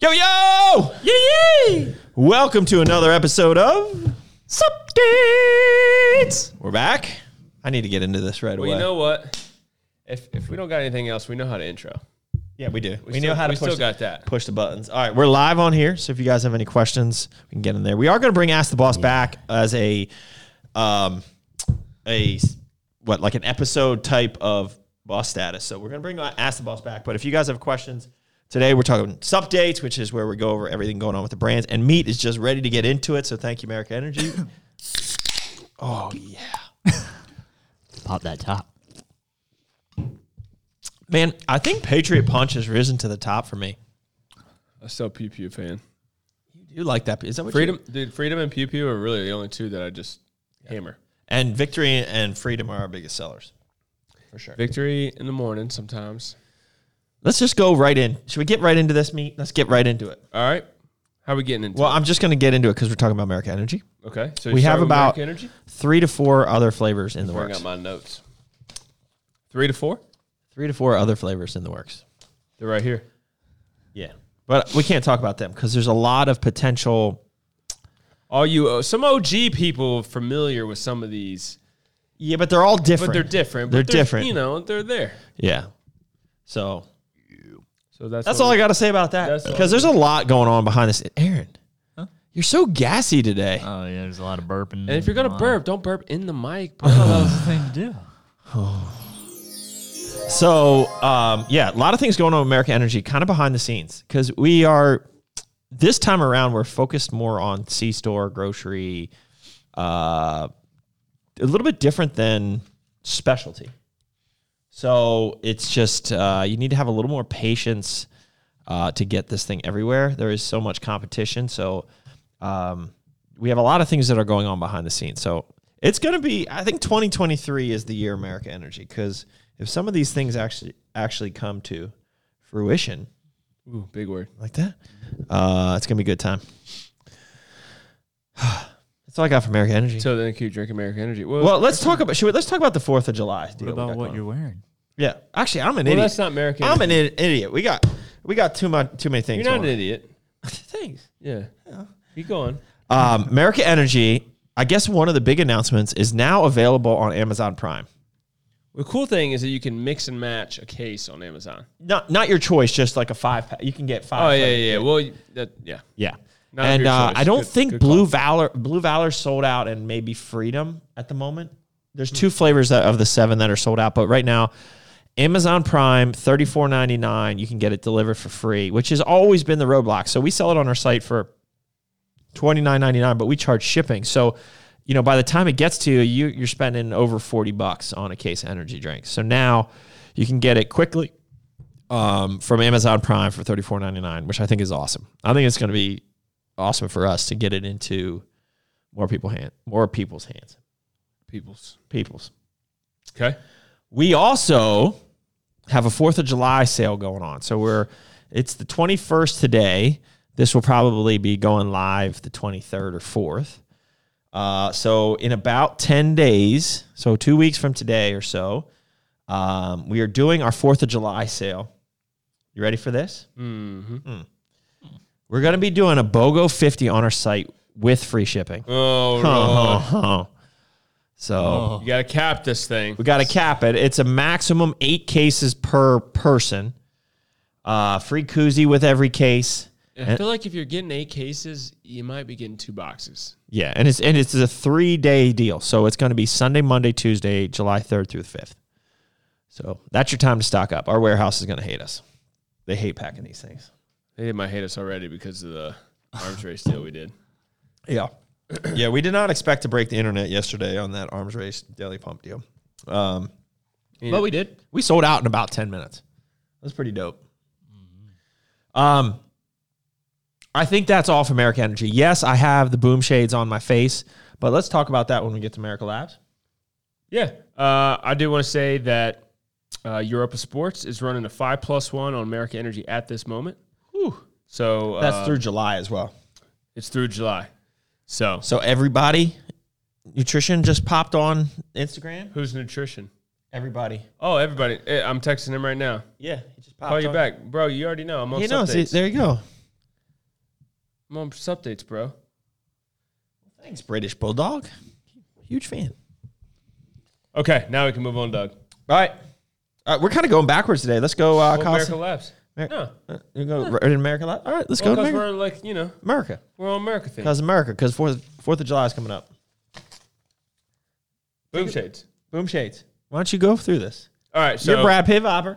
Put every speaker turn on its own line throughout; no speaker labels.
Yo, yo! Welcome to another episode of Sup Dates. We're back. I need to get into this right
Well,
away.
you know what? If if we don't got anything else, we know how to intro.
yeah, we do. We,
still-
know how to
we
push
still
the,
got that.
push the buttons. All right, we're live on here. So if you guys have any questions, we can get in there. We are going to bring Ask the Boss back as a, um, a s- what like an episode type of boss status. So we're going to bring Ask the Boss back. But if you guys have questions today, we're talking sup dates, which is where we go over everything going on with the brands. And meat is just ready to get into it. So thank you, America Energy. oh yeah.
Pop that top.
Man, I think Patriot Punch has risen to the top for me.
I'm still a Pew Pew fan.
You like that? Is that what you-
Freedom, dude. Freedom and Pew Pew are really the only two that I just hammer.
and victory and freedom are our biggest sellers for sure.
Victory in the morning sometimes.
Let's just go right in. Should we get right into this meet? Let's get right into it.
All right, how we getting into?
Well, I'm just going to get into it because we're talking about America Energy.
it? Okay, so
we
you
have
start with
about-
American energy.
Three to four other flavors in the
Bring
works.
out my notes. Three to four.
Three to four other flavors in the works.
They're right here.
Yeah, but we can't talk about them because there's a lot of potential.
All you uh, some OG people familiar with some of these,
Yeah, but they're all different.
but they're different.
They're
But
different.
You know, they're there.
yeah. So
So that's
that's
what
all
we-
I got to say about that
That's all.
because there's a lot going on behind this. Aaron, you're so gassy today.
Oh yeah, there's a lot of burping.
And if you're gonna burp, don't burp in the mic. bro.
that was the thing to do.
So, um, yeah, a lot of things going on with American Energy, kind of behind the scenes, because we are this time around we're focused more on C store, grocery, uh, a little bit different than specialty. So it's just uh, you need to have a little more patience uh, to get this thing everywhere. There is so much competition, so um, we have a lot of things that are going on behind the scenes. So it's going to be, I think, 2023 is the year America Energy because if some of these things actually actually come to fruition
Ooh, big word.
like that, uh, it's going to be a good time. That's all I got for America Energy.
So then, can you drink American energy?
well, let's talk about. Should we, let's talk about the Fourth of July. deal
What
we
about
got
what
going
you're wearing?
on. Yeah, actually, I'm an
Well,
idiot.
that's not American.
I'm an i- idiot. We got we got too much too many things.
You're not an
going on.
idiot.
Thanks.
Yeah. Keep going.
Um, America Energy. I guess one of the big announcements is now available on Amazon Prime.
The cool thing is that you can mix and match a case on Amazon.
not not your choice, just like a five. pack. You can get five.
Oh yeah,
flavors.
yeah. Well, you- that yeah.
yeah.
Not
and
your
uh,
choice.
I don't
Good-
think
good
Blue Valor Blue Valor sold out, and maybe Freedom at the moment. There's two flavors that, of the seven that are sold out, but right now, Amazon Prime thirty four ninety nine. You can get it delivered for free, which has always been the roadblock. So we sell it on our site for twenty nine ninety nine, but we charge shipping. So you know, by the time it gets to you, you you're spending over forty bucks on a case of energy drinks. So now you can get it quickly um, from Amazon Prime for thirty four ninety nine, which I think is awesome. I think it's going to be awesome for us to get it into more people hand, more people's hands,
Peoples.
people's.
Okay.
We also have a Fourth of July sale going on. So we're it's the twenty first today. This will probably be going live the twenty third or fourth. Uh, so in about ten days, so two weeks from today or so, um, we are doing our Fourth of July sale. You ready for this? Hmm.
Mm-hmm.
We're gonna be doing a BOGO fifty on our site with free shipping.
Oh,
Huh,
no.
huh, huh. So
you gotta cap this thing.
we got to cap it. It's a maximum eight cases per person. Uh, free koozie with every case.
I feel like if you're getting eight cases, you might be getting two boxes.
Yeah, and it's and it's a three day deal. So it's going to be Sunday, Monday, Tuesday, July third through the fifth. So that's your time to stock up. Our warehouse is going to hate us. They hate packing these things.
They might hate us already because of the arms race deal we did.
Yeah. yeah, we did not expect to break the internet yesterday on that arms race daily pump deal. Um,
But we did.
We sold out in about 10 minutes. That's pretty dope. Um, I think that's all for America Energy. Yes, I have the boom shades on my face, but let's talk about that when we get to America Labs.
Yeah. Uh, I do want to say that uh, Europa Sports is running a five plus one on America Energy at this moment. So uh,
That's through July as well.
It's through July. So
So everybody, nutrition just popped on Instagram.
who's nutrition?
Everybody,
Oh, everybody. Eh, I'm texting him right now.
yeah, he just popped.
Call you
on.
back, bro. You already know. I'm on
He knows.
updates.
There you go.
Mom, just updates, bro.
Thanks, British Bulldog. Huge fan.
Okay, now we can move on, Doug.
All right. All right, we're kind of going backwards today. Let's go, uh,
Well,
Kyle.
America Labs.
Amer-
No,
Uh, you go right in America. All right, let's go
because
to America.
we're like you know
America.
we're on America thing.
Because America, because Fourth Fourth of July is coming up.
Boom shades.
Boom shades. Why don't you go through this?
All right, so
You're Brad Pitt Vopper.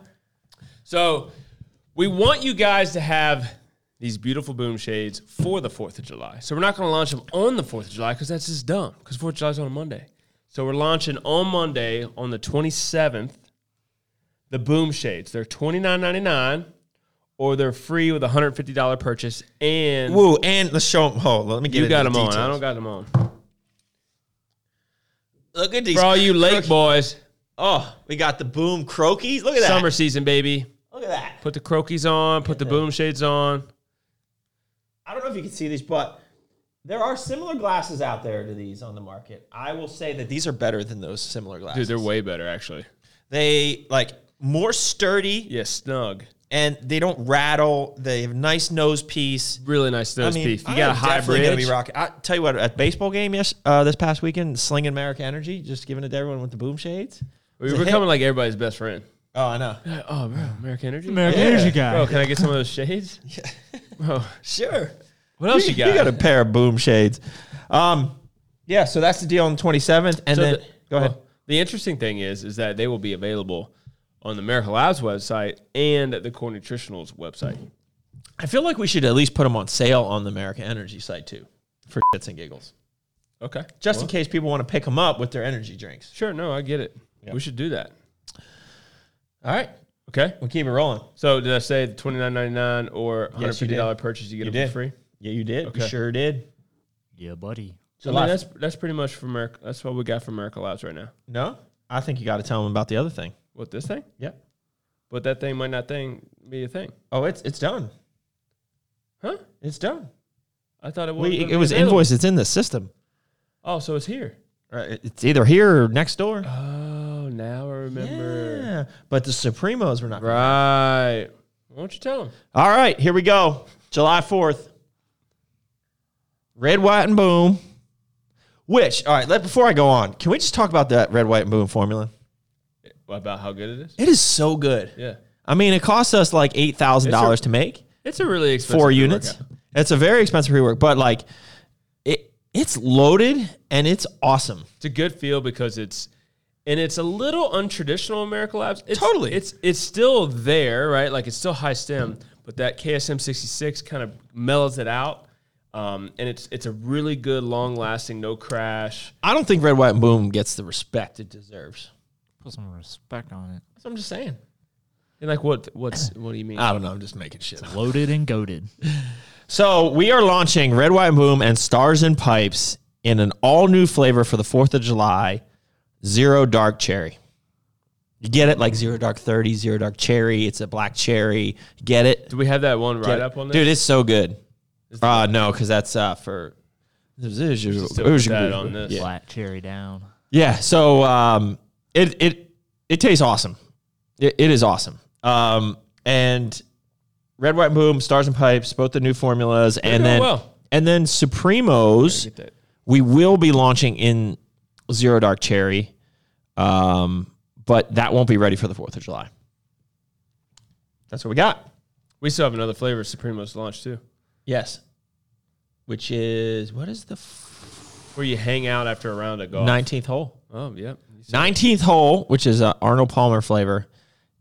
So we want you guys to have these beautiful boom shades for the 4th of July. So we're not going to launch them on the 4th of July because that's just dumb because 4th of July is on a Monday. So we're launching on Monday on the 27th the boom shades. They're $29.99 or they're free with a $150 purchase and
Woo, and let's show them. Oh, let me get
you
into
got
the
them on. I
details.
don't got them on.
Look at these.
For all you lake
crook-
boys,
Oh, we got the boom croakies. Look at that.
summer season baby.
Look at that.
Put the croquis on, put the boom shades on.
I don't know if you can see these, but there are similar glasses out there to these on the market. I will say that these are better than those similar
Dude,
glasses.
they're way better actually.
they like more sturdy
Yeah, snug.
and they don't rattle. They have nice nose piece.
really nice nose
I mean,
beef. You
I
got a
am definitely
hybrid.
Gonna be rocking. I tell you what, at baseball game yes, uh, this past weekend, slinging America Energy, just giving it to everyone with the boom shades.
we
It's
were
a hit.
becoming like everybody's best friend.
Oh, I know.
Oh, bro, American Energy.
American
Yeah.
Energy guy.
Bro, can I get some of those shades? Yeah. Bro,
Sure.
what else you got?
You got a pair of boom shades. Um, yeah. So that's the deal on the twenty seventh, and
So
then
the-
go ahead.
well, the interesting thing is, is that they will be available on the America Labs website and at the Core Nutritionals website.
I feel like we should at least put them on sale on the America Energy site too, for shits and giggles,
Okay.
just in case people want to pick them up with their energy drinks.
Sure. No, I get it. We should do that.
All right,
Okay.
we'll keep it rolling.
So did I say the twenty nine ninety nine or one hundred
Yes, you
fifty
did.
dollar purchase? You get
You
them
did.
for free.
Yeah, you did. You
Okay.
sure did.
Yeah, buddy.
So I
July-
mean, that's that's pretty much for America. That's what we got for America Labs right now.
No, I think you got to tell them about the other thing.
What this thing?
Yep.
But that thing might not thing be a thing,
Oh, it's it's done.
huh?
It's done.
I thought it was.
We, it was invoice. It's in the system.
Oh, so it's here.
Right. It's either here or next door.
Oh, now I remember.
Yeah. But the Supremos were not.
Right. Why don't you tell him?
All right, here we go. July 4th. Red, white, and boom. Which, all right, let, before I go on, can we just talk about that red, white, and boom formula?
About how good it is.
It is so good.
Yeah,
I mean, it costs us like $8,000 to make
it's a really expensive
four units.
pre-workout.
It's a very expensive rework, but like it, it's loaded and it's awesome.
It's a good feel because it's and it's a little untraditional. America Labs. It's,
Totally.
It's it's still there, right? Like it's still high stem, but that KSM sixty six kind of mellows it out. Um, and it's it's a really good, long lasting, no crash.
I don't think red, white, and boom gets the respect it deserves.
Put some respect on it.
That's what I'm just saying.
And like what what's what do you mean?
I don't know. I'm just making shit up.
Loaded and goaded.
So we are launching Red, White, and Boom and Stars and Pipes in an all new flavor for the 4th of July Zero Dark Cherry. You get it? Like Zero Dark 30, Zero Dark Cherry. It's a black cherry. Get it?
Do we have that one right up on there?
Dude, it's so good. Uh, no, because that's uh, for.
Still put that on this.
Flat cherry down.
Yeah. So um, it it it tastes awesome. It, it is awesome. Um, and red, white, boom, stars and pipes, both the new formulas, and
doing
then
well.
and then Supremos.
Get that.
We will be launching in zero dark cherry, um, but that won't be ready for the Fourth of July. That's what we got.
We still have another flavor Supremos launch too,
Yes. Which is what is the f-
where you hang out after a round of golf.
19th hole?
Oh, yep.
19th hole, which is a Arnold Palmer flavor,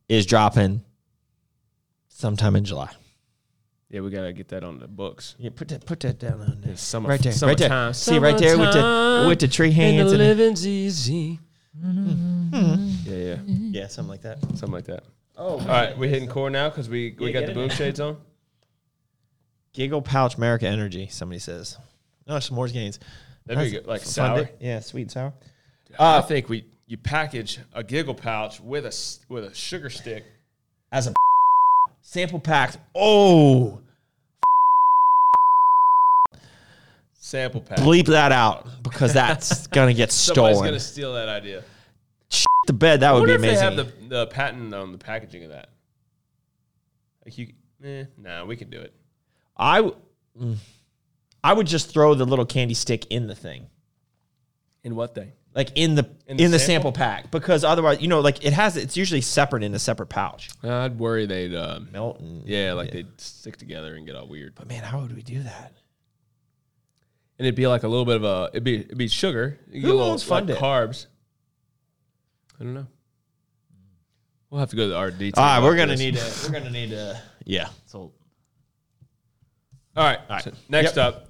is dropping sometime in July.
Yeah, we gotta get that on the books.
Yeah, put that put that down on there.
It's summer,
Right there, right
summertime.
there. See right there with the with the Mm-hmm. tree hands and,
living's easy. yeah, yeah,
yeah, something like that.
something like that. Oh, all right. We hitting core now because we we
Yeah,
got
get
the
it
boom shades on.
Giggle pouch, America Energy. Somebody says, "No, s'mores gains."
That'd be good, like
Fun
sour.
day. yeah, sweet and sour. Uh,
I think we you package a giggle pouch with a s- with a sugar stick.
As a sample pack. Oh,
Sample pack.
bleep that out because that's gonna get
Somebody's
stolen.
gonna steal that idea.
the bed that
I
would be
wonder if
amazing.
they have the, the patent on the packaging of that. Like you, eh, nah, we can do it.
I w- mm. I would just throw the little candy stick in the thing.
In what thing?
Like in the in the, sample? pack. Because otherwise, you know, like it has it's usually separate in a separate pouch.
I'd worry they'd um,
Melt and
yeah, like they'd stick together and get all weird.
But man, how would we do that?
And it'd be like a little bit of a it'd be it'd be sugar. It'd
Who
a little,
owns Fun
like,
Dip?
carbs. I don't know. We'll have to go to the R D.
All right, we're gonna need to we're gonna need to Yeah.
So
All right.
right.
so next
Yep.
up.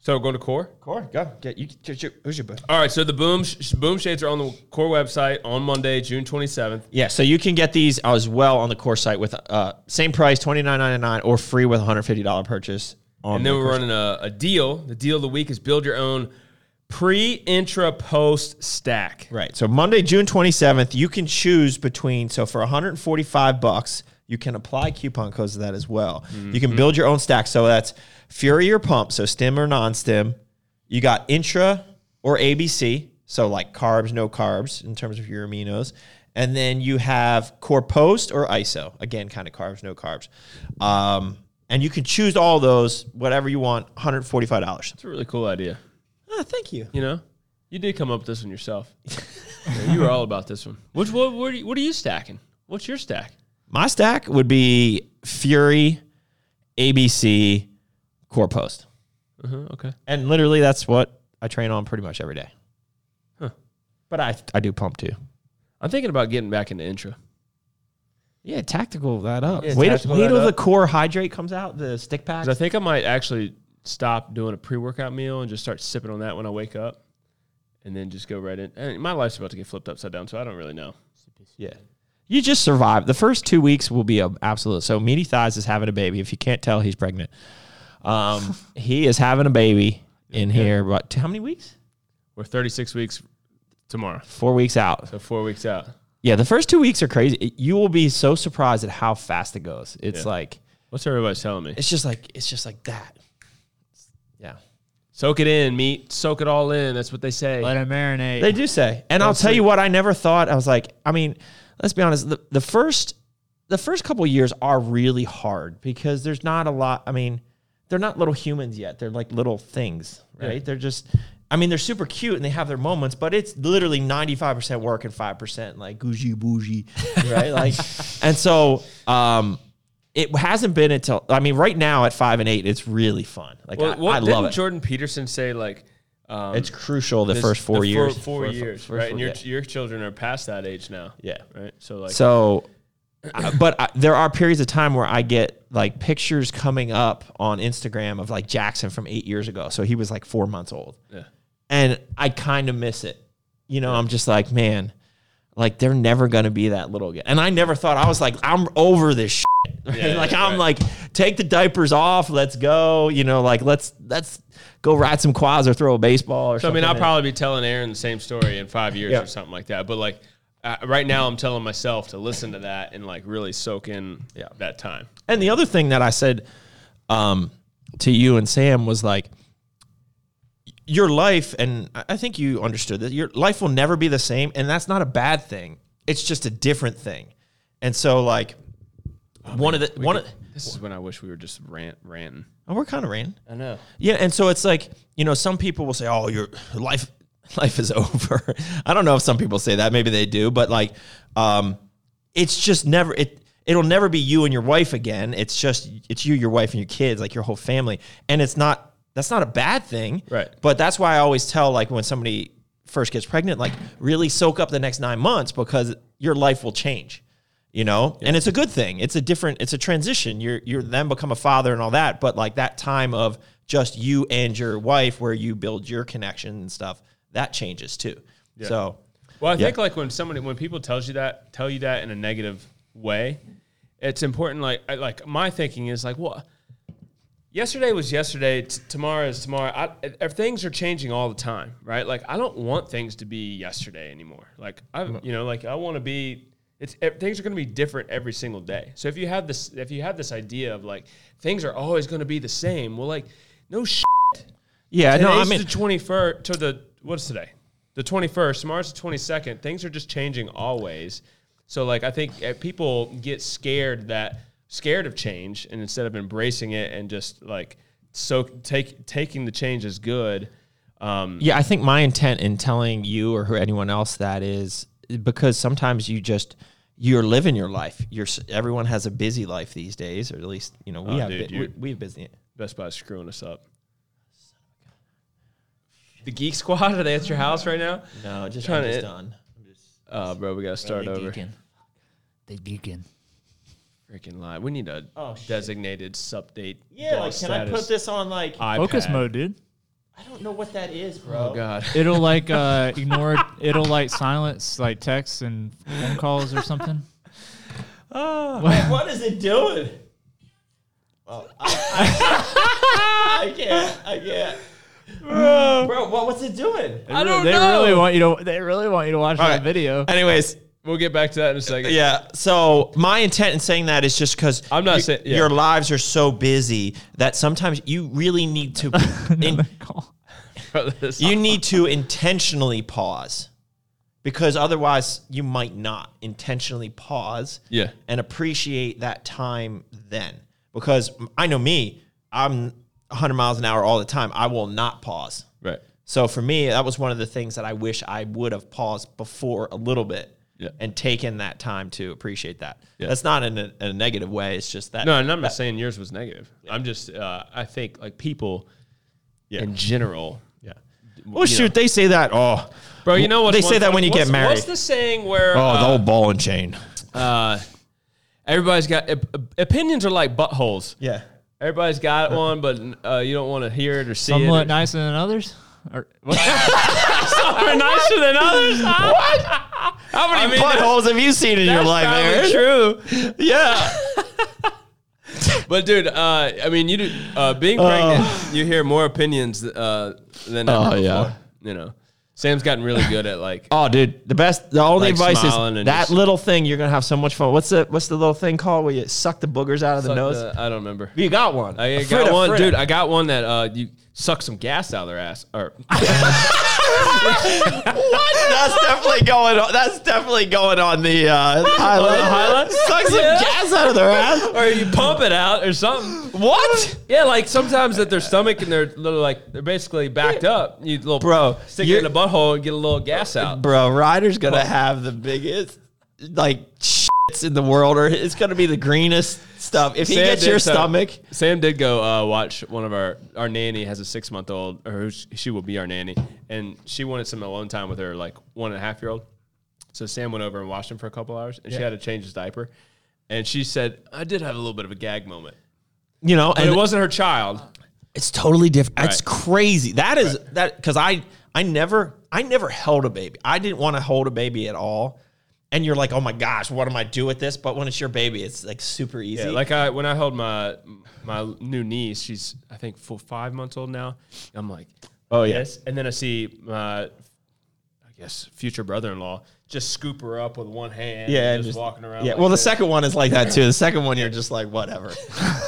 So go to core.
Core, go. Get you get your- who's your book?
All right. So the boom sh- boom shades are on the core website on Monday, June twenty seventh.
Yeah, so you can get these as well on the core site with uh same price, twenty nine ninety nine, or free with hundred fifty dollar purchase on
And then
the
we're running a, a deal. The deal of the week is build your own pre, intra, post stack.
Right. So Monday, June 27th, you can choose between so for 145 bucks, you can apply coupon codes to that as well. You can build your own stack. So that's Fury or Pump, so stem or non-stem. You got intra or ABC, so like carbs, no carbs in terms of your aminos. And then you have core post or ISO, again, kind of carbs, no carbs. Um, and you can choose all those, whatever you want, $145.
It's a really cool idea.
Ah, thank you.
You know, you did come up with this one yourself. Yeah, you were all about this one. Which what what are, you, what are you stacking? What's your stack?
My stack would be Fury, ABC, Core Post.
Uh-huh, okay.
And literally that's what I train on pretty much every day.
Huh.
But I I do pump too.
I'm thinking about getting back into intra.
Yeah, tactical that up.
Yeah,
wait
tactical
wait
that
till the
up.
core hydrate comes out, the stick pack.
'Cause I think I might actually stop doing a pre-workout meal and just start sipping on that when I wake up, and then just go right in. And my life's about to get flipped upside down, so I don't really know.
Yeah. You just survive. The first two weeks will be a absolute. So Meaty Thighs is having a baby. If you can't tell, he's pregnant. Um, he is having a baby in here. But how many weeks?
We're 36 weeks tomorrow,
Four weeks out.
so four weeks out.
Yeah, the first two weeks are crazy. It- You will be so surprised at how fast it goes. It's
Yeah.
like
What's everybody telling me?
it's just like it's just like that. Yeah,
Soak it in, meat. Soak it all in. That's what they say.
let it marinate.
they do say. And I'll tell you what, I never thought. I was like, I mean, let's be honest. The, the first the first couple of years are really hard because there's not a lot. I mean, they're not little humans yet. They're like little things, right? They're just. I mean, they're super cute and they have their moments, but it's literally 95% work and 5% like googey bougie, right? Like, and so, um, it hasn't been until, I mean, right now at five and eight, it's really fun. Like,
Well,
I,
what-
I
didn't
love it.
Jordan Peterson say like um,
It's crucial the
this-
first four
the
years.
Four, four years,
four-
right?
four-
and your
yeah.
your children are past that age now.
Yeah.
Right. So like,
So, I- but I, there are periods of time where I get like pictures coming up on Instagram of like Jackson from eight years ago. So he was like four months old.
yeah.
And I kind of miss it. You know, I'm just like, man, like they're never going to be that little again. And I never thought, I was like, I'm over this shit.
Yeah,
like
yeah,
I'm
right.
like, take the diapers off, let's go. You know, like let's let's go ride some quads or throw a baseball or
So I
something.
mean, I'll probably be telling Aaron the same story in five years
Yeah.
or something like that. But like, uh, right now, I'm telling myself to listen to that and like really soak in
Yeah.
that time.
And the other thing that I said um, to you and Sam was like, your life, and I I think you understood that your life will never be the same, and that's not a bad thing. It's just a different thing. And so, like, one of the one, of,
This is when I wish we were just rant ranting.
oh, we're kind of ran.
I know.
Yeah, and so it's like you know, some people will say, "Oh, your life, life is over." I don't know if some people say that. Maybe they do, but like, um, it's just never it. It'll never be you and your wife again. It's just it's you, your wife, and your kids, like your whole family. And it's not that's not a bad thing,
Right.
But that's why I always tell like when somebody first gets pregnant, like really soak up the next nine months because your life will change you know and it's a good thing it's a different it's a transition you're you're then become a father and all that but like that time of just you and your wife where you build your connection and stuff that changes too so
Well, I think like when somebody when people tells you that tell you that in a negative way, it's important. Like I, like my thinking is like, well, yesterday was yesterday. T- tomorrow is tomorrow. I, if things are changing all the time, right? Like I don't want things to be yesterday anymore. Like I, you know, like I want to be. It's e- things are going to be different every single day. So if you have this, if you have this idea of like things are always going to be the same, well, like no shit.
yeah no i
Today's
mean
the twenty first to the what's today? The twenty first. Tomorrow's the twenty second. Things are just changing always. So like I think uh, people get scared that scared of change, and instead of embracing it and just like so take taking the change is good. Um,
Yeah, I think my intent in telling you or who- anyone else that is because sometimes you just you're living your life. You're s- everyone has a busy life these days, or at least you know we
Oh,
have
dude,
bu-
you-
we, we have busy.
Best Buy's screwing us up. The Geek Squad are they at your house right now?
No, just
Trying
I'm
to-
just done.
Oh, bro, we gotta start
they
over.
geeking. They geeking.
Freaking lie. We need a
Oh, shit.
designated sub date.
Yeah, like,
gloss
can I
status
put this on like I,
iPad.
Focus mode, dude.
don't know what that is, bro.
Oh God.
It'll like uh, ignore. It'll like silence like texts and phone calls or something.
What is it doing? Well, I, I, I can't. I can't. Bro, what, what's it doing?
I don't they
know.
really want you to. They really want you to watch
Alright.
that video.
Anyways,
We'll get back to that in a second.
Uh, Yeah. So my intent in saying that is just because
I'm not saying- yeah.
your lives are so busy that sometimes you really need to in-
Call.
you need to intentionally pause because otherwise you might not intentionally pause
Yeah.
and appreciate that time then because I know me I'm 100 miles an hour all the time I will not pause
Right.
so for me, that was one of the things that I wish I would have paused before a little bit
Yeah.
and taken that time to appreciate that.
Yeah.
That's not in a, in a negative way. It's just that.
No, and I'm not saying yours was negative. I'm just, uh, I think like people in general.
Yeah.
you
Well, shoot, they say that. Oh,
Bro, you know what?
They say that when you get married.
What's the saying where
oh, the
uh,
old ball and chain.
uh, everybody's got op- op- opinions are like buttholes.
Yeah.
Everybody's got one, but uh, you don't want to hear it or see
Some
it.
look
or-
nicer than others. Or, what?
Some are nicer than others. what? How many
Potholes have you seen in your life, Aaron?
True,
Yeah.
but dude, uh, I mean, you do, uh, being pregnant, you hear more opinions uh, than ever
Oh, yeah.
before, You know, Sam's gotten really good at like
Oh, dude, the best. The only
Like
advice
smiling
is
and
that
just-
little thing. You're gonna have so much fun. What's the What's the little thing called where you suck the boogers out of the
Suck
nose?
the- I don't remember.
you got one.
I
A
got
fritter,
one,
fritter.
dude. I got one that uh, you suck some gas out of their ass. Or
What? That's definitely going on. That's definitely going on the uh, highlight.
highlight?
Suck some
Yeah.
gas out of their ass.
or you pump it out or something.
What?
Yeah, like sometimes that their stomach and their little like they're basically backed up. You little
Bro,
stick it
you're-
in the butthole and get a little gas out.
Bro, Ryder's gonna have the biggest like shits in the world, or it's gonna be the greenest stuff. If he
Sam
gets
did
your
so-
stomach,
Sam did go uh, watch one of our our nanny has a six month old, or who's- she will be our nanny, and she wanted some alone time with her like one and a half year old. So Sam went over and watched him for a couple hours, and she had to change his diaper. And she said, "I did have a little bit of a gag moment,
you know,
but
and
it wasn't her child."
it's totally different. That's
Right.
crazy. That is that because I I never I never held a baby. I didn't want to hold a baby at all. And you're like, oh my gosh, what am I do with this? But when it's your baby, it's like super easy.
Yeah, like I when I held my my new niece, she's I think full five months old now. I'm like,
Oh, yeah.
yes. And then I see my, I guess future brother-in-law just scoop her up with one hand.
yeah,
and
and
just,
just-
walking around.
Yeah,
like
well, the
this.
second one is like that too. The second one, you're just like whatever.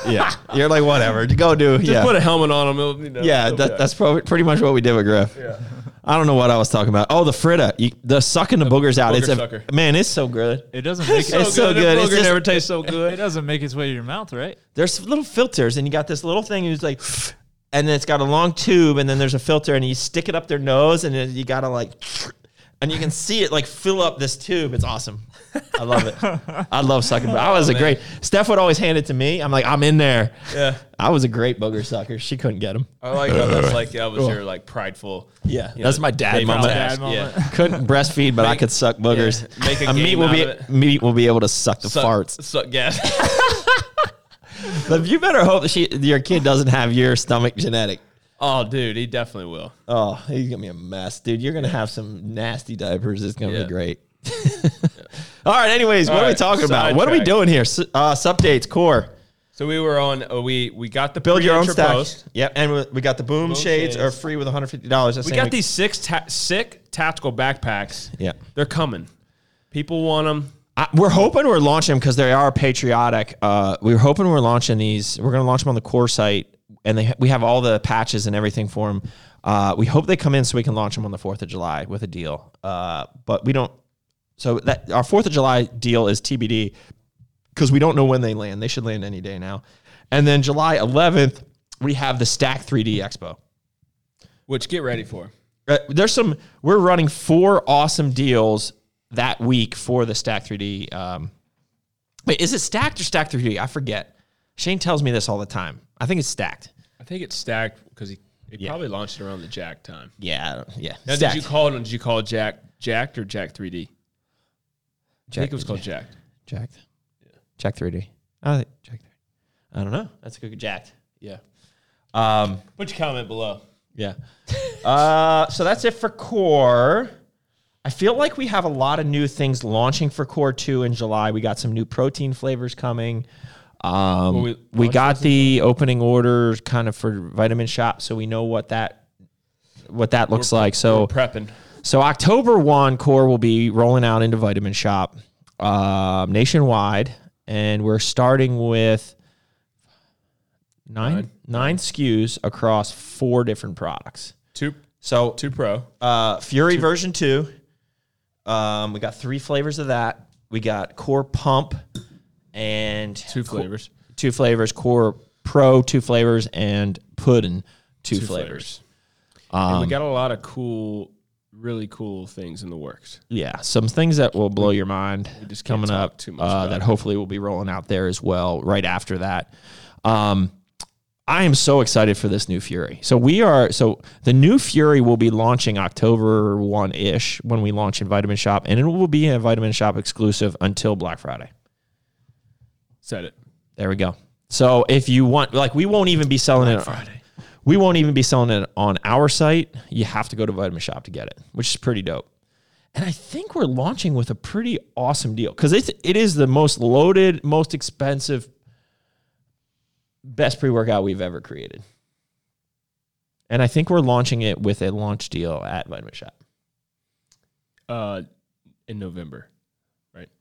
yeah, you're like whatever. Go do.
just
yeah,
put a helmet on him. it'll- you know,
yeah.
it'll be
That,
all
that's pro- pretty much what we did with Griff. Yeah. I don't know what I was talking about. Oh, the fritta, you, the sucking the boogers out.
booger
it's a,
sucker.
man, it's so good.
It doesn't make
so
it,
it's so
good.
good.
That
It's
booger
just-
never tastes so
it
good.
doesn't make its way to your mouth, right?
There's little filters, and you got this little thing who's like, and then it's got a long tube, and then there's a filter, and you stick it up their nose, and then you gotta like. And you can see it like fill up this tube. It's awesome. I love it. I love sucking. But I was a great. Steph would always hand it to me. I'm like, I'm in there.
Oh, Yeah,
I was a great booger sucker. She couldn't get him.
I like that. That's like that was your like prideful.
Yeah,
you
that's
know,
my dad
baby
moment.
task.
Dad moment.
Yeah,
Couldn't breastfeed, but I could suck boogers.
yeah, make a
And meat
game
will be
out of it.
meat will be able to suck the
Suck-
farts.
Suck gas.
But you better hope that she, your kid doesn't have your stomach genetic.
oh, dude, he definitely will.
Oh, he's gonna be a mess, dude. You're gonna have some nasty diapers. It's gonna
Yeah.
be great. All right. Anyways, what are we
right,
talking about? What are we
sidetrack.
doing here? Su- Uh, subdates, core,
So we were on. Uh, we we got the
build your own
pre-intro
stack.
post.
Yep, and we- we got the boom, shades,
shades.
are free with 150. dollars
We got these six ta- sick tactical backpacks.
Yeah.
they're coming. People want them.
I, we're hoping we're launching them because they are patriotic. Uh, we are hoping we're launching these. We're going to launch them on the core site, and they we have all the patches and everything for them. Uh, we hope they come in so we can launch them on the Fourth of July with a deal. Uh, but we don't. So that our Fourth of July deal is TBD because we don't know when they land. They should land any day now. And then July 11th we have the Stack 3D Expo.
Which get ready for.
Uh, there's some we're running four awesome deals that week for the stack 3d um wait is it stacked or stack 3d i forget shane tells me this all the time i think it's stacked
I think it's stacked because he, he probably launched it around the Jack time.
yeah I don't- yeah
Now,
stacked.
did you call it? Did you call it Jack Jacked or Jack 3D? I think
Jack-
it was called Jacked.
jacked jack 3d i think jack 3D. i don't know that's a good jacked
Yeah.
um
Put your comment below.
yeah uh so that's it for core I feel like we have a lot of new things launching for Core 2 in July. We got some new protein flavors coming. Um,
Well,
we
we-
got the opening orders kind of for Vitamin Shop, so we know what that what that looks like. So
Prepping.
so October 1, Core will be rolling out into Vitamin Shop um, nationwide, and we're starting with nine, nine SKUs across four different products.
Two
So
two pro.
uh, Fury version two. Um, we got three flavors of that. We got Core Pump and
Two flavors.
two flavors, Core Pro two flavors, and Puddin two, flavors. Um,
and we got a lot of cool, really cool things in the works.
Yeah, some things that will blow your mind
just can't
coming
talk
up
too much
uh,
about
that hopefully will be rolling out there as well right after that. Um, I am so excited for this new Fury. So we are so the new Fury will be launching October 1-ish when we launch in Vitamin Shop and it will be a Vitamin Shop exclusive until Black Friday.
Said it.
There we go. So if you want like we won't even be selling it Friday. We won't even be selling it on our site. You have to go to Vitamin Shop to get it, which is pretty dope. And I think we're launching with a pretty awesome deal cuz it's it is the most loaded, most expensive best pre-workout we've ever created. And I think we're launching it with a launch deal at Vitamin Shop.
Uh, in November.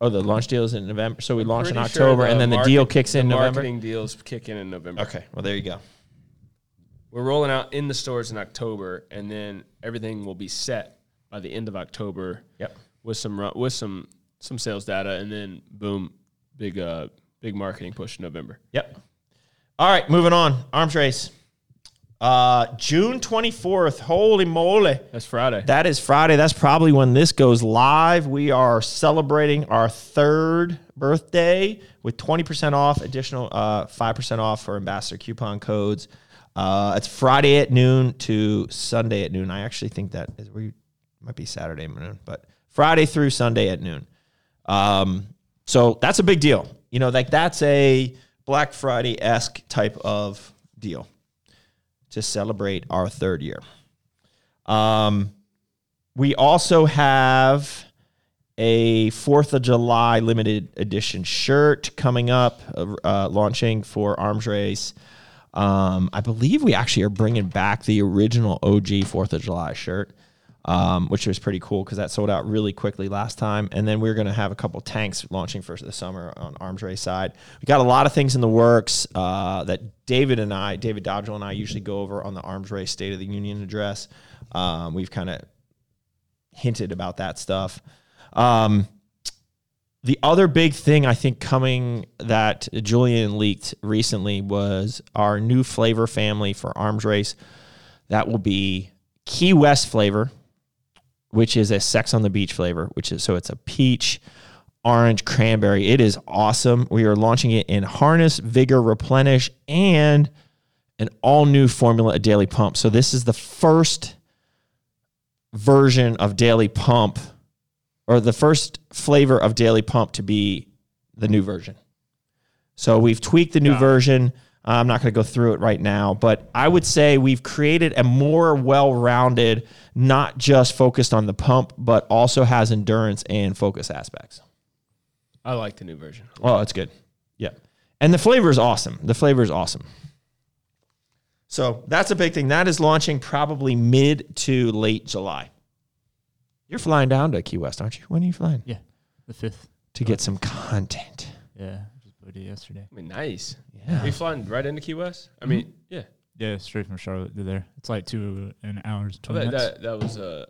Oh, the launch deal is in November. So we launch in
Pretty sure
October and then the deal
market-
kicks in
the
November.
Marketing deals kick in in November.
Okay. Well, there you go.
We're rolling out in the stores in October, and then everything will be set by the end of October.
Yep.
With some ru- with some some sales data, and then boom, big uh big marketing push in November.
Yep. All right, moving on. Arms race. Uh, June 24th. Holy moly.
That's Friday.
That is Friday. That's probably when this goes live. We are celebrating our third birthday with 20% off, additional uh, 5% off for ambassador coupon codes. Uh, it's Friday at noon to Sunday at noon. I actually think that is we might be Saturday at noon, but Friday through Sunday at noon. Um, so that's a big deal. You know, like that's a Black Friday esque type of deal to celebrate our third year. Um, we also have a Fourth of July limited edition shirt coming up, uh, uh, launching for Arms Race. Um, I believe we actually are bringing back the original OG Fourth of July shirt, um, which was pretty cool because that sold out really quickly last time. And then we're going to have a couple tanks launching for the summer on Arms Race side. We got a lot of things in the works uh, that David and I, David Dodgel and I, usually go over on the Arms Race State of the Union address. Um, we've kind of hinted about that stuff. Um, the other big thing I think coming that Julian leaked recently was our new flavor family for Arms Race. That will be Key West flavor, which is a Sex on the Beach flavor, which is so it's a peach, orange, cranberry. It is awesome. We are launching it in Harness, Vigor, Replenish, and an all new formula of Daily Pump. So this is the first version of Daily Pump or the first flavor of Daily Pump to be the new version. So we've tweaked the new version. I'm not going to go through it right now, but I would say we've created a more well rounded, not just focused on the pump, but also has endurance and focus aspects.
I like the new version.
Oh, that's good. Yeah. And the flavor is awesome. The flavor is awesome. So that's a big thing. That is launching probably mid to late July. You're flying down to Key West, aren't you? When are you flying?
Yeah, the fifth.
To get some content.
Yeah, just booted yesterday.
I mean, nice.
Yeah. Mm-hmm.
Are you flying right into Key West? I mean, yeah.
Yeah, straight from Charlotte to there. It's like two an hours
I
twenty
bet
minutes.
that that was uh,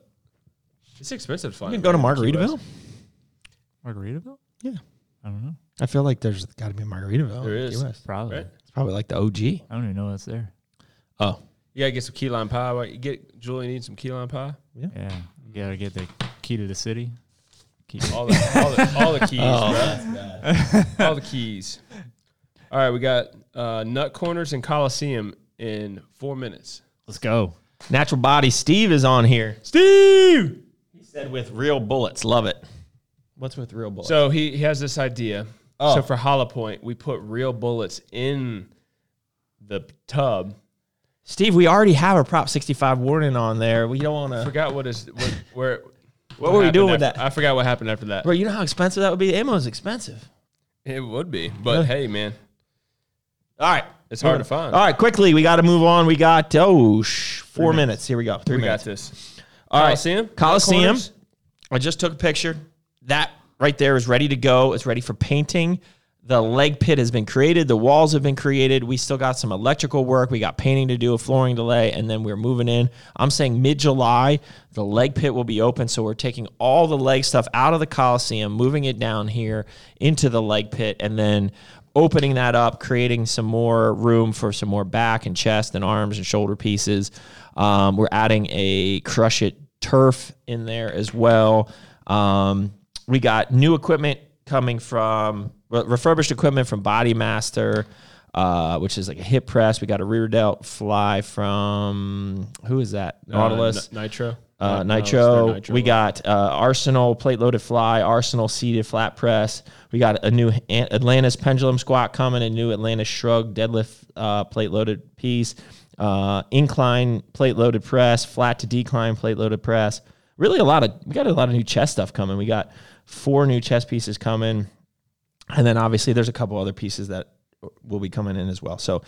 it's expensive
You
flying.
can go to
right into Key West.
Margaritaville.
Margaritaville?
Yeah.
I don't know.
I feel like there's got to be Margaritaville.
There
in Key
is.
West.
Probably.
Right.
It's probably like the OG.
I don't even know that's there.
Oh,
You gotta get some key lime pie. Right? You get Julie needs some key lime pie.
Yeah, you gotta get the key to the city. Key.
All the all the, all the keys,
Oh.
bro. All the keys. All right, we got uh, nut corners and Coliseum in four minutes.
Let's go.
natural body. Steve is on here.
Steve.
He said with real bullets. Love it. What's with real bullets?
So he, he has this idea.
Oh.
So for Hollow Point, we put real bullets in the tub.
Steve, we already have a Prop 65 warning on there. We don't want
I
to.
forgot what is what, where.
What were we
happened
doing with
after-
that?
I forgot what happened after that.
Bro, you know how expensive that would be? The ammo is expensive.
It would be, but hey, man,
All right.
it's hard to find.
All right, quickly, we got to move on. We got, oh, sh- four minutes. Here we go. Three
we
minutes.
got this. Uh,
All right.
Coliseum? Nut
Coliseum.
corners?
I just took a picture. That right there is ready to go. It's ready for painting. The leg pit has been created. The walls have been created. We still got some electrical work. We got painting to do, a flooring delay, and then we're moving in. I'm saying mid July, the leg pit will be open. So we're taking all the leg stuff out of the Coliseum, moving it down here into the leg pit, and then opening that up, creating some more room for some more back and chest and arms and shoulder pieces. Um, we're adding a crush it turf in there as well. Um, we got new equipment coming from re- refurbished equipment from Bodymaster, uh, which is like a hip press. We got a rear delt fly from who is that? Nautilus
Uh, Ni- Nitro.
uh,
No, it's
Nitro.
their
We got uh, Arsenal plate loaded fly, Arsenal seated flat press. We got a new An- Atlantis pendulum squat coming, a new Atlantis shrug deadlift uh, plate loaded piece, uh, incline plate loaded press, flat to decline plate loaded press. Really, a lot of we got a lot of new chest stuff coming. We got four new chest pieces coming, and then obviously there's a couple other pieces that will be coming in as well. So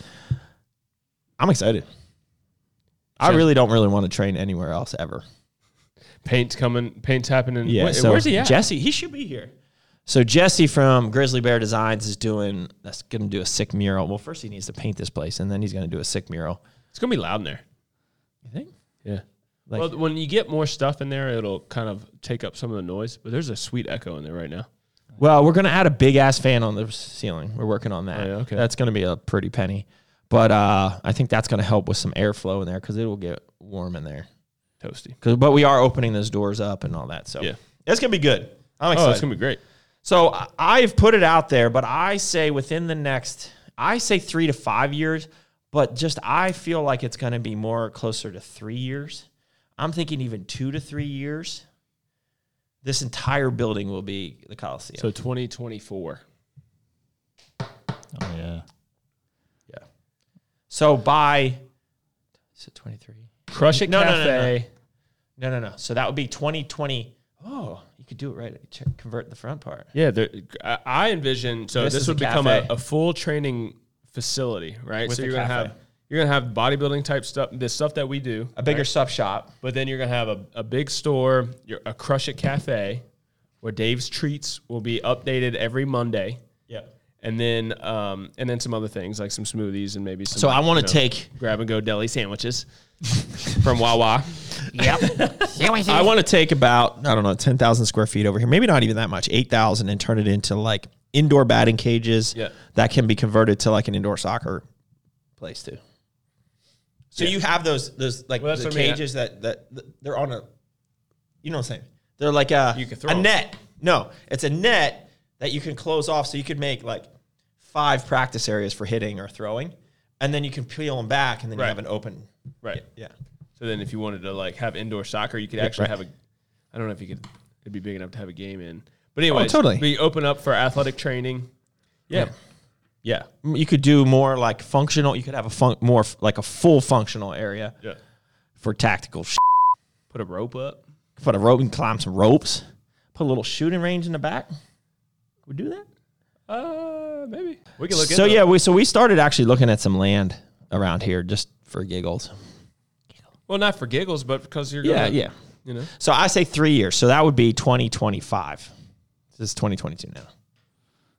I'm excited. I really don't really want to train anywhere else ever.
Paint's coming. Paint's happening.
Yeah.
Wait,
so
where's he at?
Jesse, he should be here. So Jesse from Grizzly Bear Designs is doing. That's going to do a sick mural. Well, first he needs to paint this place, and then he's going to do a sick mural.
It's gonna be loud in there.
You think?
Yeah.
Like-
well, when you get more stuff in there, it'll kind of take up some of the noise. But there's a sweet echo in there right now.
Well, we're going to add a big ass fan on the ceiling. We're working on that.
Oh, yeah, okay.
That's going to be a pretty penny, but uh, I think that's going to help with some airflow in there because it will get warm in there.
Toasty.
'Cause- but we are opening those doors up and all that, so
Yeah.
it's going to be good. I'm
Oh,
excited.
it's gonna be great.
So I- I've put it out there, but I say within the next, I say three to five years, but just I feel like it's going to be more closer to three years. I'm thinking even two to three years. This entire building will be the Coliseum.
So 2024.
Oh yeah.
so by, is it 23?
Crush it
No, no, no, no.
cafe.
No, no, no. So that would be 2020. Oh, you could do it right. Check, convert the front part.
Yeah, there, I I envision so
This
this,
is
would
the
become a,
cafe.
a full training facility, right?
With
so
the
you're gonna
cafe.
have you're gonna have bodybuilding type stuff, the stuff that we do,
A bigger sub shop.
but then you're gonna have a, a big store, your, a Crush It Cafe, where Dave's treats will be updated every Monday,
Yep.
and then um, and then some other things like some smoothies and maybe some.
So I want to
you know,
take.
grab and go deli sandwiches from Wawa.
I want to take about I don't know ten thousand square feet over here, maybe not even that much, eight thousand, and turn it into like indoor batting cages
Yeah.
that can be converted to like an indoor soccer place too. So you have those those like
Well, that's
the
what I mean.
cages that, that that they're on a, you know what I'm saying? They're like a
You can throw
a
'em.
net. No, it's a net that you can close off, so you could make like five practice areas for hitting or throwing, and then you can peel them back, and then
Right.
you have an open.
Right.
Yeah.
So then, if you wanted to like have indoor soccer, you could actually have a. I don't know if you could. It'd be big enough to have a game in. But anyway,
Oh, totally.
We open up for athletic training. Yeah. Yeah.
you could do more like functional. You could have a fun- more f- like a full functional area
Yeah.
for tactical. Sh-
Put a rope up.
put a rope and climb some ropes. Put a little shooting range in the back. We do that.
Uh, maybe we could look.
so
into
yeah,
it.
we so we started actually looking at some land around here just for giggles.
Well, not for giggles, but because you're.
Yeah,
gonna,
yeah.
You know.
So I say three years. So that would be 2025. This is 2022 now.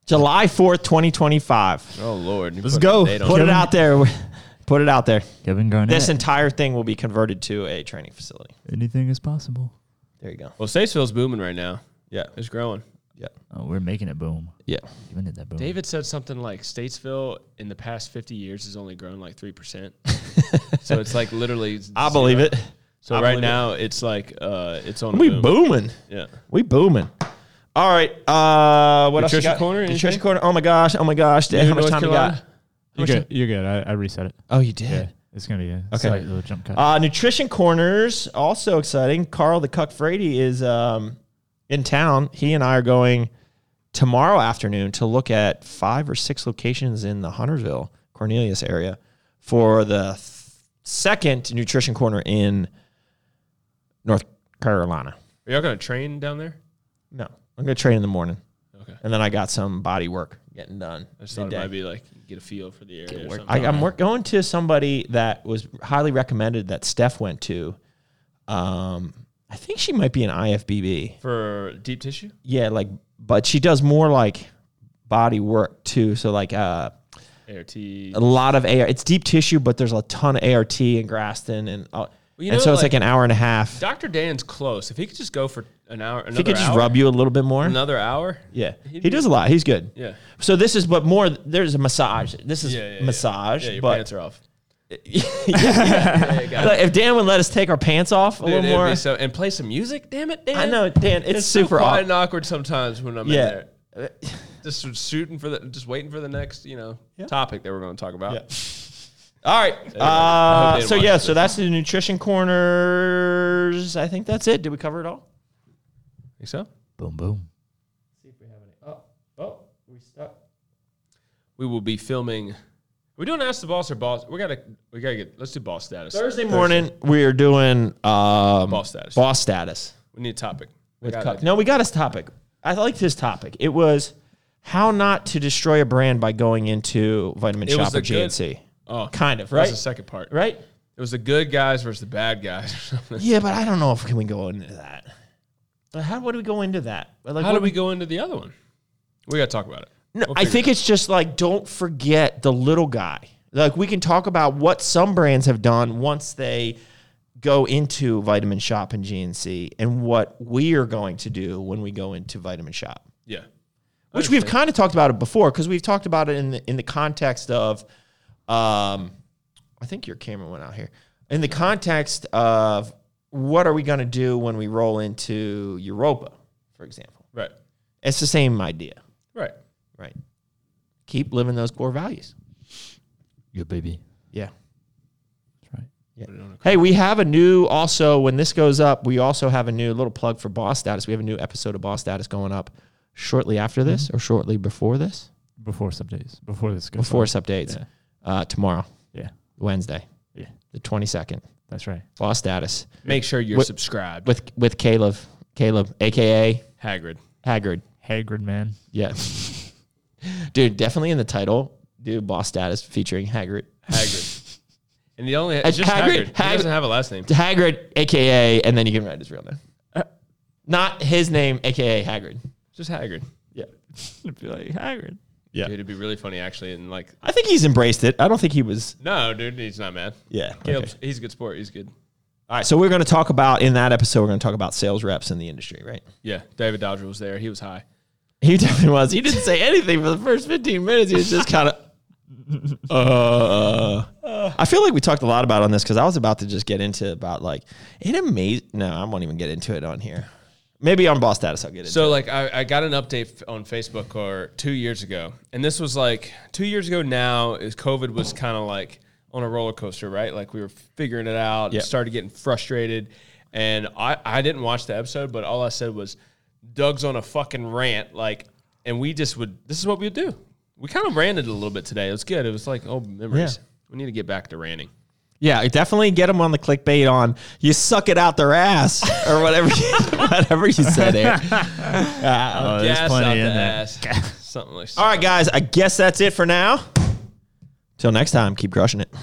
July 4th, 2025.
Oh Lord.
Let's go. date on
Put it
Kevin-
out there. Put it out there.
Kevin Garnett.
This entire thing will be converted to a training facility.
Anything is possible.
There you go.
Well, Statesville's booming right now.
Yeah.
It's growing.
Yeah.
Oh, we're making it boom.
Yeah.
Even did that boom.
David said something like Statesville in the past 50 years has only grown like 3%. so it's like literally.
I believe
zero.
it.
So
I
right
believe it.
now it's like uh, it's on. a
We
boom.
booming.
Yeah.
We booming. All right. Uh, what else? you
Nutrition
got?
corner,
Nutrition
anything?
corner. Oh my gosh. Oh my gosh. Dad, how much
North
time
Carolina?
you got?
You're
much
good. You're good. I, I reset it.
Oh, you
Yeah,
did.
it's gonna be a
Okay.
slight little jump cut.
Uh, nutrition corners also exciting. Carl the Cuck Frady is um, in town. He and I are going tomorrow afternoon to look at five or six locations in the Huntersville Cornelius area for the th- second nutrition corner in North Carolina.
Are y'all gonna train down there?
No, I'm going to train in the morning,
Okay.
and then I got some body work getting done.
I just thought it
midday.
might be like get a feel for the area. Or something.
I, I'm work, going to somebody that was highly recommended that Steph went to. Um, I think she might be an IFBB.
for deep tissue.
Yeah, like, but she does more like body work too. So like uh,
ART.
a lot of AR. It's deep tissue, but there's a ton of ART in Graston, and uh,
you
and
know,
so it's like
like-
an hour and a half.
Doctor Dan's close. If he could just go for an hour, another
If he could just
hour,
rub you a little bit more.
another hour.
Yeah,
He'd
he does a lot. He's good.
Yeah.
So this is, but more there's a massage. This is
Yeah, yeah, yeah.
massage,
Yeah, your
but
pants are off.
Like, if Dan would let us take our pants off a
Dude,
little
it'd
more,
be so and play some music. Damn it, Dan.
I know, Dan. It's,
so
super
quiet
odd.
and awkward sometimes when I'm
Yeah.
in there. Just shooting for the, just waiting for the next, you know, topic that we're going to talk about.
All right.
I hope
Uh,
Dan
so
watches
yeah, so that's the nutrition corners. I think that's it. Did we cover it all?
Think so?
boom, boom.
See if we have any. Oh, oh, we stuck.
We will be filming. We're doing ask the boss or boss. We gotta, we gotta get. Let's do boss status.
Thursday morning, we are doing um,
Boss status.
Boss status
We need a topic. I
with
got
Cuck.
it.
No, we got his topic. I liked his topic. It was how not to destroy a brand by going into vitamin
It was
shop or
a good-
GNC.
Oh,
Kind of,
That's
right?
the second part.
Right?
It was the good guys versus the bad guys. or something.
Yeah, but I don't know if can we go into that. But how do we go into that? Like,
How
what-
do we go into the other one? We got to talk about it.
No,
We'll
I
figure
think
it
it's just like don't forget the little guy. Like we can talk about what some brands have done once they go into Vitamin Shop and GNC and what we are going to do when we go into Vitamin Shop.
Yeah.
Which we've kind of talked about it before because we've talked about it in the in the context of um I think your camera went out here. In the context of what are we going to do when we roll into Europa, for example.
Right.
It's the same idea.
Right.
Right. Keep living those core values.
Your baby.
Yeah.
That's right.
Hey, we have a new also when this goes up, we also have a new little plug for boss status. We have a new episode of boss status going up shortly after this
Mm-hmm.
or shortly before this.
before some days. Before this goes.
Before
on.
us updates.
Yeah.
Uh, tomorrow,
Yeah.
Wednesday.
Yeah.
The twenty second.
That's right.
Boss status.
Make sure you're
What-
subscribed.
With with Caleb. Caleb, aka
Hagrid.
Haggard.
Hagrid man.
Yeah. Dude, definitely in the title. Dude, boss status featuring Haggard.
Hagrid. and the only it's just
Hagrid.
Hagrid.
Hagrid.
He doesn't have a last name.
Haggard, aka, and then you can write his real name.
Uh,
Not his name, aka Haggard.
Just Hagrid.
Yeah.
be like Hagrid.
Yeah.
Dude, it'd be really funny actually. And like,
I think he's embraced it. I don't think he was.
no, dude, he's not mad.
Yeah.
Caleb's, he's a good sport. He's good.
All right. So we're going to talk about in that episode. We're going to talk about sales reps in the industry, right?
Yeah. David Dodger was there. He was high.
He definitely was. He didn't say anything for the first fifteen minutes. He was just kind of. Uh, I feel like we talked a lot about it on this because I was about to just get into about like it amazing. No, I won't even get into it on here. Maybe on boss status, I'll get into.
So like I, I got an update f- on Facebook or two years ago, and this was like two years ago. Now is COVID was kind of like on a roller coaster, right? Like we were figuring it out,
Yep.
started getting frustrated, and I I didn't watch the episode, but all I said was Doug's on a fucking rant, like, and we just would. This is what we would do. We kind of ranted a little bit today. It was good. It was like oh memories.
Yeah.
We need to get back to ranting.
Yeah, definitely get them on the clickbait on you suck it out their ass or whatever you, whatever you said. Aaron.
Oh, there's
Gas
plenty
out
in
the
there.
ass. Something like
All right, guys, I guess that's it for now. Till next time, keep crushing it.